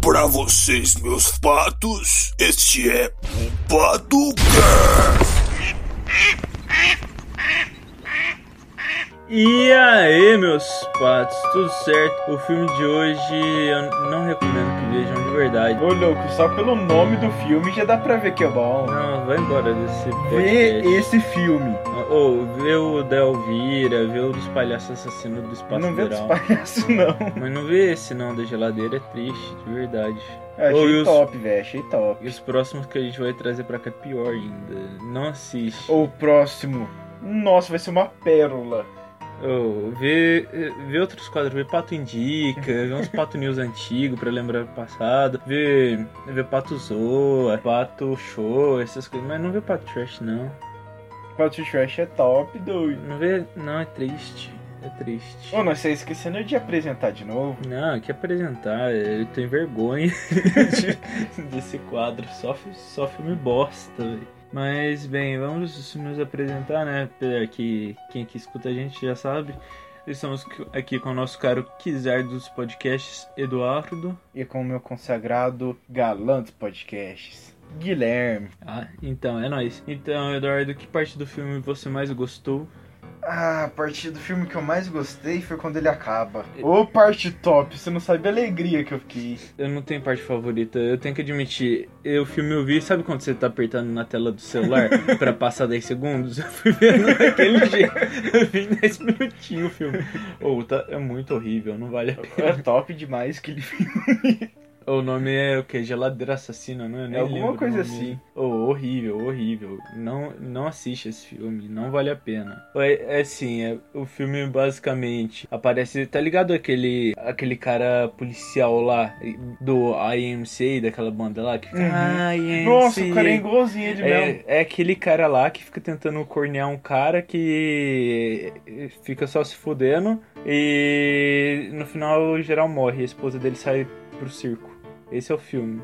Pra vocês, meus patos, este é o Paducast. E aí, meus patos, tudo certo? O filme de hoje eu não recomendo que vejam de verdade. Ô louco, só pelo nome do filme já dá pra ver que é bom. Não, vai embora desse Vê podcast. esse filme. Ou vê o da Elvira, vê o dos palhaços assassinos do espaço não vê dos rural. palhaços, não. Mas não vê esse não da geladeira, é triste, de verdade. Ô, Achei e os- top, velho. Achei top. E os próximos que a gente vai trazer pra cá é pior ainda. Não assiste. O próximo. Nossa, vai ser uma pérola. Ou vê, vê outros quadros, vê Pato Indica, vê uns Pato News antigos pra lembrar do passado, vê, vê Pato Zoa, Pato Show, essas coisas, mas não vê Pato Trash não. Pato Trash é top, doido. Não vê, não, é triste, é triste. Ô, nós você tá esquecendo de apresentar de novo. Não, eu que apresentar, eu tenho vergonha de- desse quadro, só, fi- só filme bosta, velho. Mas bem, vamos nos apresentar, né? Apesar que quem aqui escuta a gente já sabe. Estamos aqui com o nosso caro Kizar dos podcasts, Eduardo. E com o meu consagrado galã dos podcasts, Guilherme. Ah, então, é nóis. Então, Eduardo, que parte do filme você mais gostou? Ah, a parte do filme que eu mais gostei foi quando ele acaba. Ô, parte top. Você não sabe a alegria que eu fiquei. Eu não tenho parte favorita, eu tenho que admitir. Eu, o filme eu vi, sabe quando você tá apertando na tela do celular pra passar 10 segundos? Eu fui vendo daquele jeito. Eu vi em 10 minutinhos o filme. Ou tá, é muito horrível, não vale a pena. É top demais que ele O nome é o que? Geladeira Assassina, não é? alguma coisa assim. Oh, horrível, horrível. Não, não assiste esse filme, não vale a pena. É, é assim, é- o filme basicamente aparece. Tá ligado aquele, aquele cara policial lá do IMCA, daquela banda lá? Que fica, Uhum. "Ah, IMCA". Nossa, o cara é igualzinho ele mesmo. É, é aquele cara lá que fica tentando cornear um cara que fica só se fudendo e no final o geral morre. A esposa dele sai pro circo. Esse é o filme.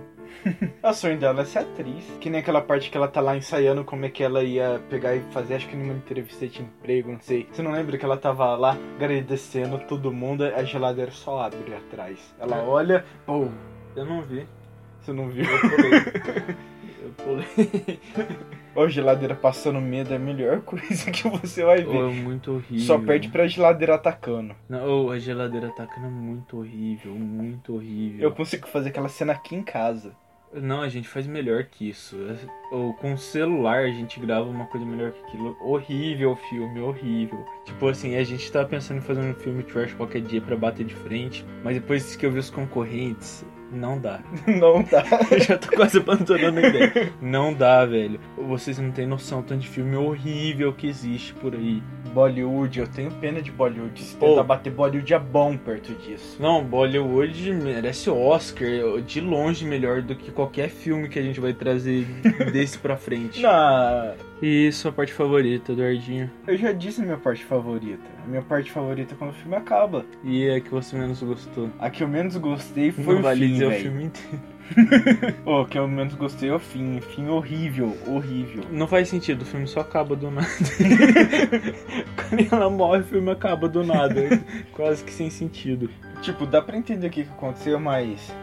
O sonho dela é ser atriz. Que nem aquela parte que ela tá lá ensaiando como é que ela ia pegar e fazer, acho que numa entrevista de emprego, não sei. Você não lembra que ela tava lá agradecendo todo mundo, a geladeira só abre atrás. Ela olha, pô, Eu não vi. você não viu? Eu pulei. Eu pulei. Ó, a geladeira passando medo é a melhor coisa que você vai ver. Oh, é muito horrível. Só perde pra geladeira atacando. Não, oh, a geladeira atacando é muito horrível, muito horrível. Eu consigo fazer aquela cena aqui em casa. Não, a gente faz melhor que isso. Ou com o celular a gente grava uma coisa melhor que aquilo. Horrível o filme, horrível. Tipo assim, a gente tava pensando em fazer um filme trash qualquer dia pra bater de frente, mas depois que eu vi os concorrentes, não dá. Não dá. Eu já tô quase abandonando a ideia. Não dá, velho. Vocês não têm noção do tanto de filme horrível que existe por aí. Bollywood, eu tenho pena de Bollywood. Se Ô. tentar bater Bollywood é bom perto disso. Não, Bollywood merece Oscar, de longe melhor do que qualquer filme que a gente vai trazer desse pra frente. Não. E sua parte favorita, Eduardinho? Eu já disse a minha parte favorita. A minha parte favorita é quando o filme acaba. E a que você menos gostou? A que eu menos gostei foi Não o vale fim, dizer o véi. filme inteiro. Ô, que eu menos gostei é o fim. Fim horrível, horrível. Não faz sentido, o filme só acaba do nada. Quando ela morre, o filme acaba do nada. Quase que sem sentido. Tipo, dá pra entender o que, que aconteceu, mas...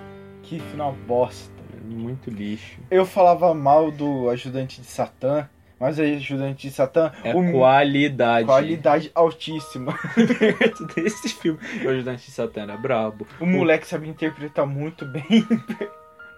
Que final bosta. É Muito lixo. Eu falava mal do ajudante de Satã, mas o ajudante de Satã... É o- qualidade. Qualidade altíssima. perto desse filme. O ajudante de Satã era brabo. O moleque sabe interpretar muito bem.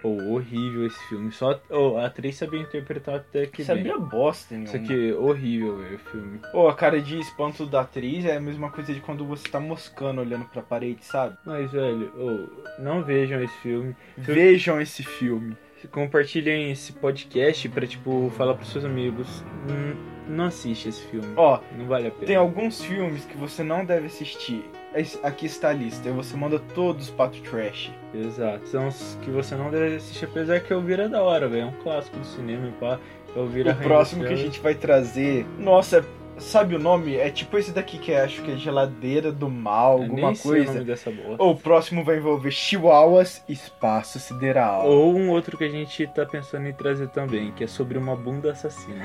Ou horrível esse filme. Só oh, a atriz sabia interpretar até que bem. Sabia bosta nenhuma. Isso aqui é horrível, velho, o filme. Ô, a cara de espanto da atriz é a mesma coisa de quando você tá moscando olhando pra parede, sabe? Mas, velho, oh, não vejam esse filme. Vejam esse filme. compartilhem esse podcast pra, tipo, falar pros seus amigos. "Hum, Não assiste esse filme. Ó, Não vale a pena. tem alguns filmes que você não deve assistir. Es- Aqui está a lista. E você manda todos para o trash. Exato. São os que você não deve assistir, apesar que Elvira é da hora, velho. É um clássico do cinema e pá. Elvira O próximo que a gente vai trazer. Nossa, sabe o nome? É tipo esse daqui que é, acho que é geladeira do mal, Eu alguma nem sei o coisa. nome dessa bosta. Ou o próximo vai envolver chihuahuas, espaço sideral. Ou um outro que a gente tá pensando em trazer também, que é sobre uma bunda assassina.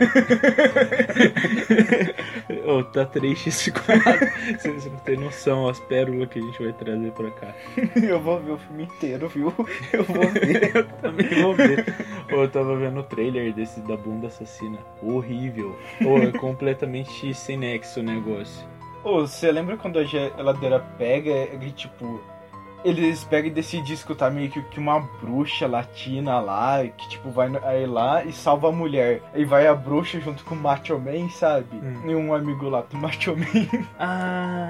Ou tá triste esse quadro. Vocês não têm noção as pérolas que a gente vai trazer pra cá. Eu vou ver o filme inteiro, viu? Eu vou ver. Também vou ver. Ou eu tava vendo o trailer desse da bunda assassina. Horrível. Ou é completamente sem nexo o negócio. Ô, você lembra quando a geladeira pega e, tipo, eles pegam e decidem escutar meio que que uma bruxa latina lá, que, tipo, vai no- aí lá e salva a mulher. Aí vai a bruxa junto com o Macho Man, sabe? Hum. E um amigo lá do Macho Man.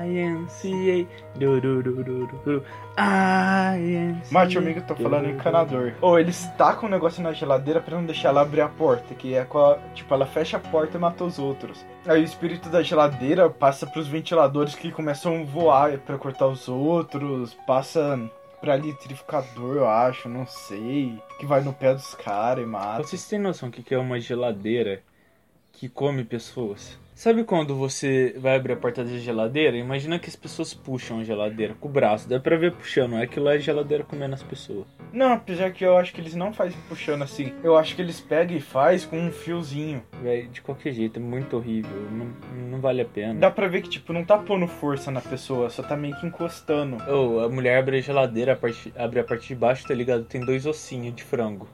INCA. Durururururu. INCA. Macho Man, que eu tô falando é encanador. Ou eles tacam um negócio na geladeira pra não deixar ela abrir a porta, que é com a, Tipo, ela fecha a porta e mata os outros. Aí o espírito da geladeira passa pros ventiladores que começam a voar pra cortar os outros, passa pra litrificador, eu acho, não sei. Que vai no pé dos caras e mata. Vocês têm noção do que que é uma geladeira que come pessoas? Sabe quando você vai abrir a porta da geladeira? Imagina que as pessoas puxam a geladeira com o braço. Dá pra ver puxando. Aquilo é a geladeira comendo as pessoas. Não, apesar que eu acho que eles não fazem puxando assim. Eu acho que eles pegam e faz com um fiozinho. Véi, de qualquer jeito, é muito horrível. Não, não vale a pena. Dá pra ver que, tipo, não tá pondo força na pessoa, só tá meio que encostando. Ou a mulher abre a geladeira, a parte- abre a parte de baixo, tá ligado? Tem dois ossinhos de frango.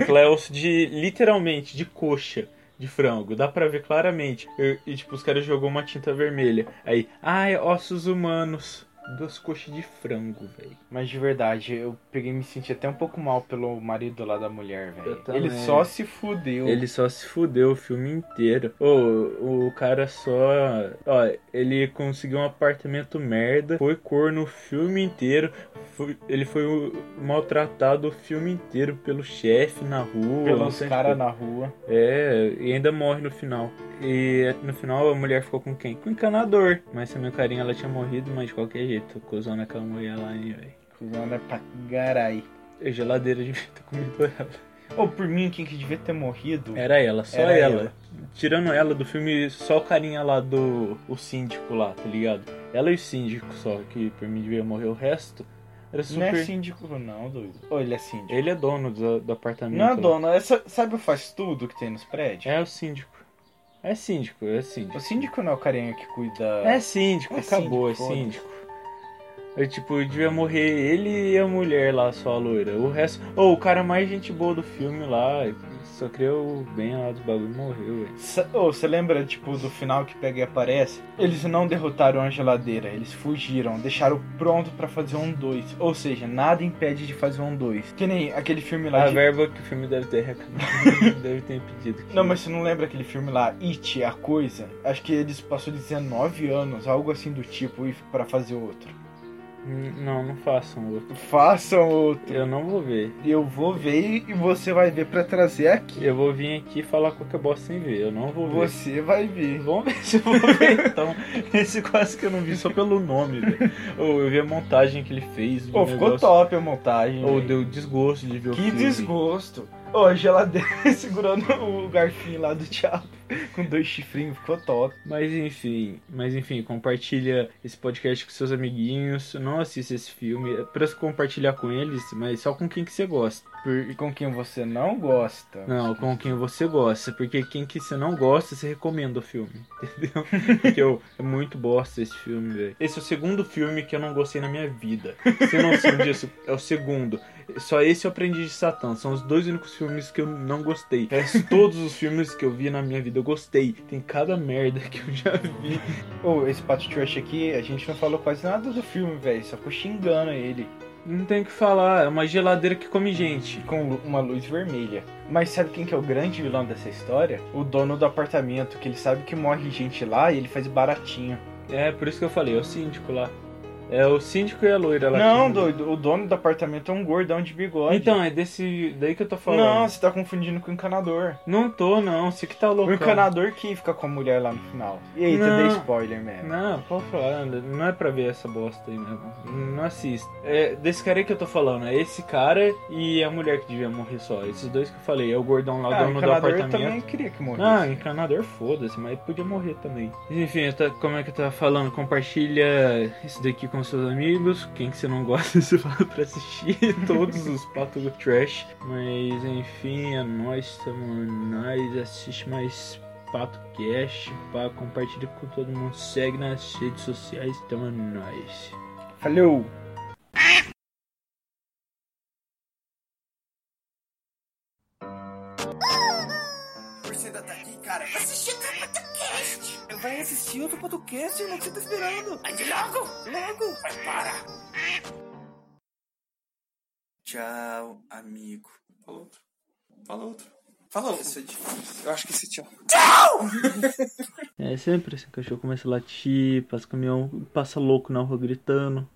Aquilo é osso de, literalmente, de coxa de frango. Dá pra ver claramente. Eu- e, tipo, os caras jogou uma tinta vermelha. Aí, ai, ossos humanos. Duas coxas de frango, velho. Mas de verdade, eu peguei e me senti até um pouco mal pelo marido lá da mulher, Eu velho. também. Ele só se fudeu. Ele só se fudeu o filme inteiro. Ô, o cara só. Ó, ele conseguiu um apartamento merda, foi corno o filme inteiro. foi- ele foi o- maltratado o filme inteiro pelo chefe na rua. não pelos sei caras onde. na rua. É, e ainda morre no final. E no final a mulher ficou com quem? Com o encanador. Mas também o carinha ela tinha morrido, mas de qualquer jeito, cozona aquela mulher lá, hein, velho. Cusão é pra carai. A geladeira devia ter comido ela. Ou por mim, quem que devia ter morrido? Era ela, só Era ela. ela. Tirando ela do filme, só o carinha lá do. O síndico lá, tá ligado? Ela e o síndico só, que por mim devia morrer o resto. Era super. Não é síndico, não, doido. Ou ele é síndico? Ele é dono do, do apartamento. Não é lá. dono, é só- sabe o faz tudo que tem nos prédios? É o síndico. É síndico, é síndico. O síndico não é o carinha que cuida. É síndico, É acabou, síndico, é síndico. Eu, tipo, devia morrer ele e a mulher lá, só a loira. O resto. Ou o cara mais gente boa do filme lá, só criou bem lá dos bagulho e morreu, velho. Sa- Ô, você lembra, tipo, do final que pega e aparece? Eles não derrotaram a geladeira, eles fugiram, deixaram pronto pra fazer um 2. Ou seja, nada impede de fazer um 2. Que nem aquele filme lá A de... verba que o filme deve ter recabado, deve ter impedido. que- Não, mas você não lembra aquele filme lá, It, a coisa? Acho que eles passou 19 anos, algo assim do tipo, e pra fazer outro. Hum, Não, não façam outro. Façam outro. Eu não vou ver. Eu vou ver e você vai ver pra trazer aqui. Eu vou vir aqui falar qualquer bosta sem ver. Eu não vou ver. Você vai ver. Vamos ver se eu vou ver então. Esse quase que eu não vi só pelo nome, velho. Ou eu vi a montagem que ele fez. do Pô, ficou negócio. top a montagem. Ou velho. deu desgosto de ver o Que filme. desgosto. Ô, a geladeira segurando o garfinho lá do diabo com dois chifrinhos, ficou top. Mas enfim, mas enfim, compartilha esse podcast com seus amiguinhos. Não assista esse filme. É pra compartilhar com eles, mas só com quem que você gosta. Por- E com quem você não gosta? Não, com quem você gosta, porque quem que você não gosta, você recomenda o filme, entendeu? Porque eu, é muito bosta esse filme, velho. Esse é o segundo filme que eu não gostei na minha vida. Você não sabe disso, é o segundo. Só esse eu aprendi de Satã, são os dois únicos filmes que eu não gostei. O resto, todos os filmes que eu vi na minha vida eu gostei. Tem cada merda que eu já vi. Ô, esse Pato Trash aqui, a gente não falou quase nada do filme, velho. Só ficou xingando ele Não tem o que falar, é uma geladeira que come gente. com lu- uma luz vermelha. Mas sabe quem que é o grande vilão dessa história? O dono do apartamento, que ele sabe que morre gente lá e ele faz baratinho. É, por isso que eu falei, é o síndico lá. É o síndico e a loira lá. Não, que- doido, o dono do apartamento é um gordão de bigode. Então, é desse. Daí que eu tô falando. Não, você tá confundindo com o encanador. Não tô, não. Você que tá louco. O encanador que fica com a mulher lá no final. E aí, Não. dei spoiler mesmo. Não, pode falar, não é pra ver essa bosta aí mesmo. Não assista. É desse cara aí que eu tô falando, é esse cara e a mulher que devia morrer só. Esses dois que eu falei, é o gordão lá, o Ah, o dono do encanador eu apartamento. também queria que Ah, morresse. encanador, foda-se, mas podia morrer também. Enfim, eu tá- como é que eu tava falando? Compartilha isso daqui com seus amigos. Quem que você não gosta, você fala pra assistir todos os patos do trash. Mas enfim, é nóis, tamo nós. Assiste mais Pato Cash, pá, compartilha com todo mundo, segue nas redes sociais, tamo nós. Falhou. Você ainda tá aqui, cara? Assistir outro podcast! Vai assistir outro podcast, irmão? O que você tá esperando? Ande logo! Logo! Mas para! Tchau, amigo. Fala outro. Fala outro. Fala outro. Isso é difícil. Eu acho que esse tchau. assim, É sempre esse cachorro começa a latir, passa caminhão, passa louco na rua gritando.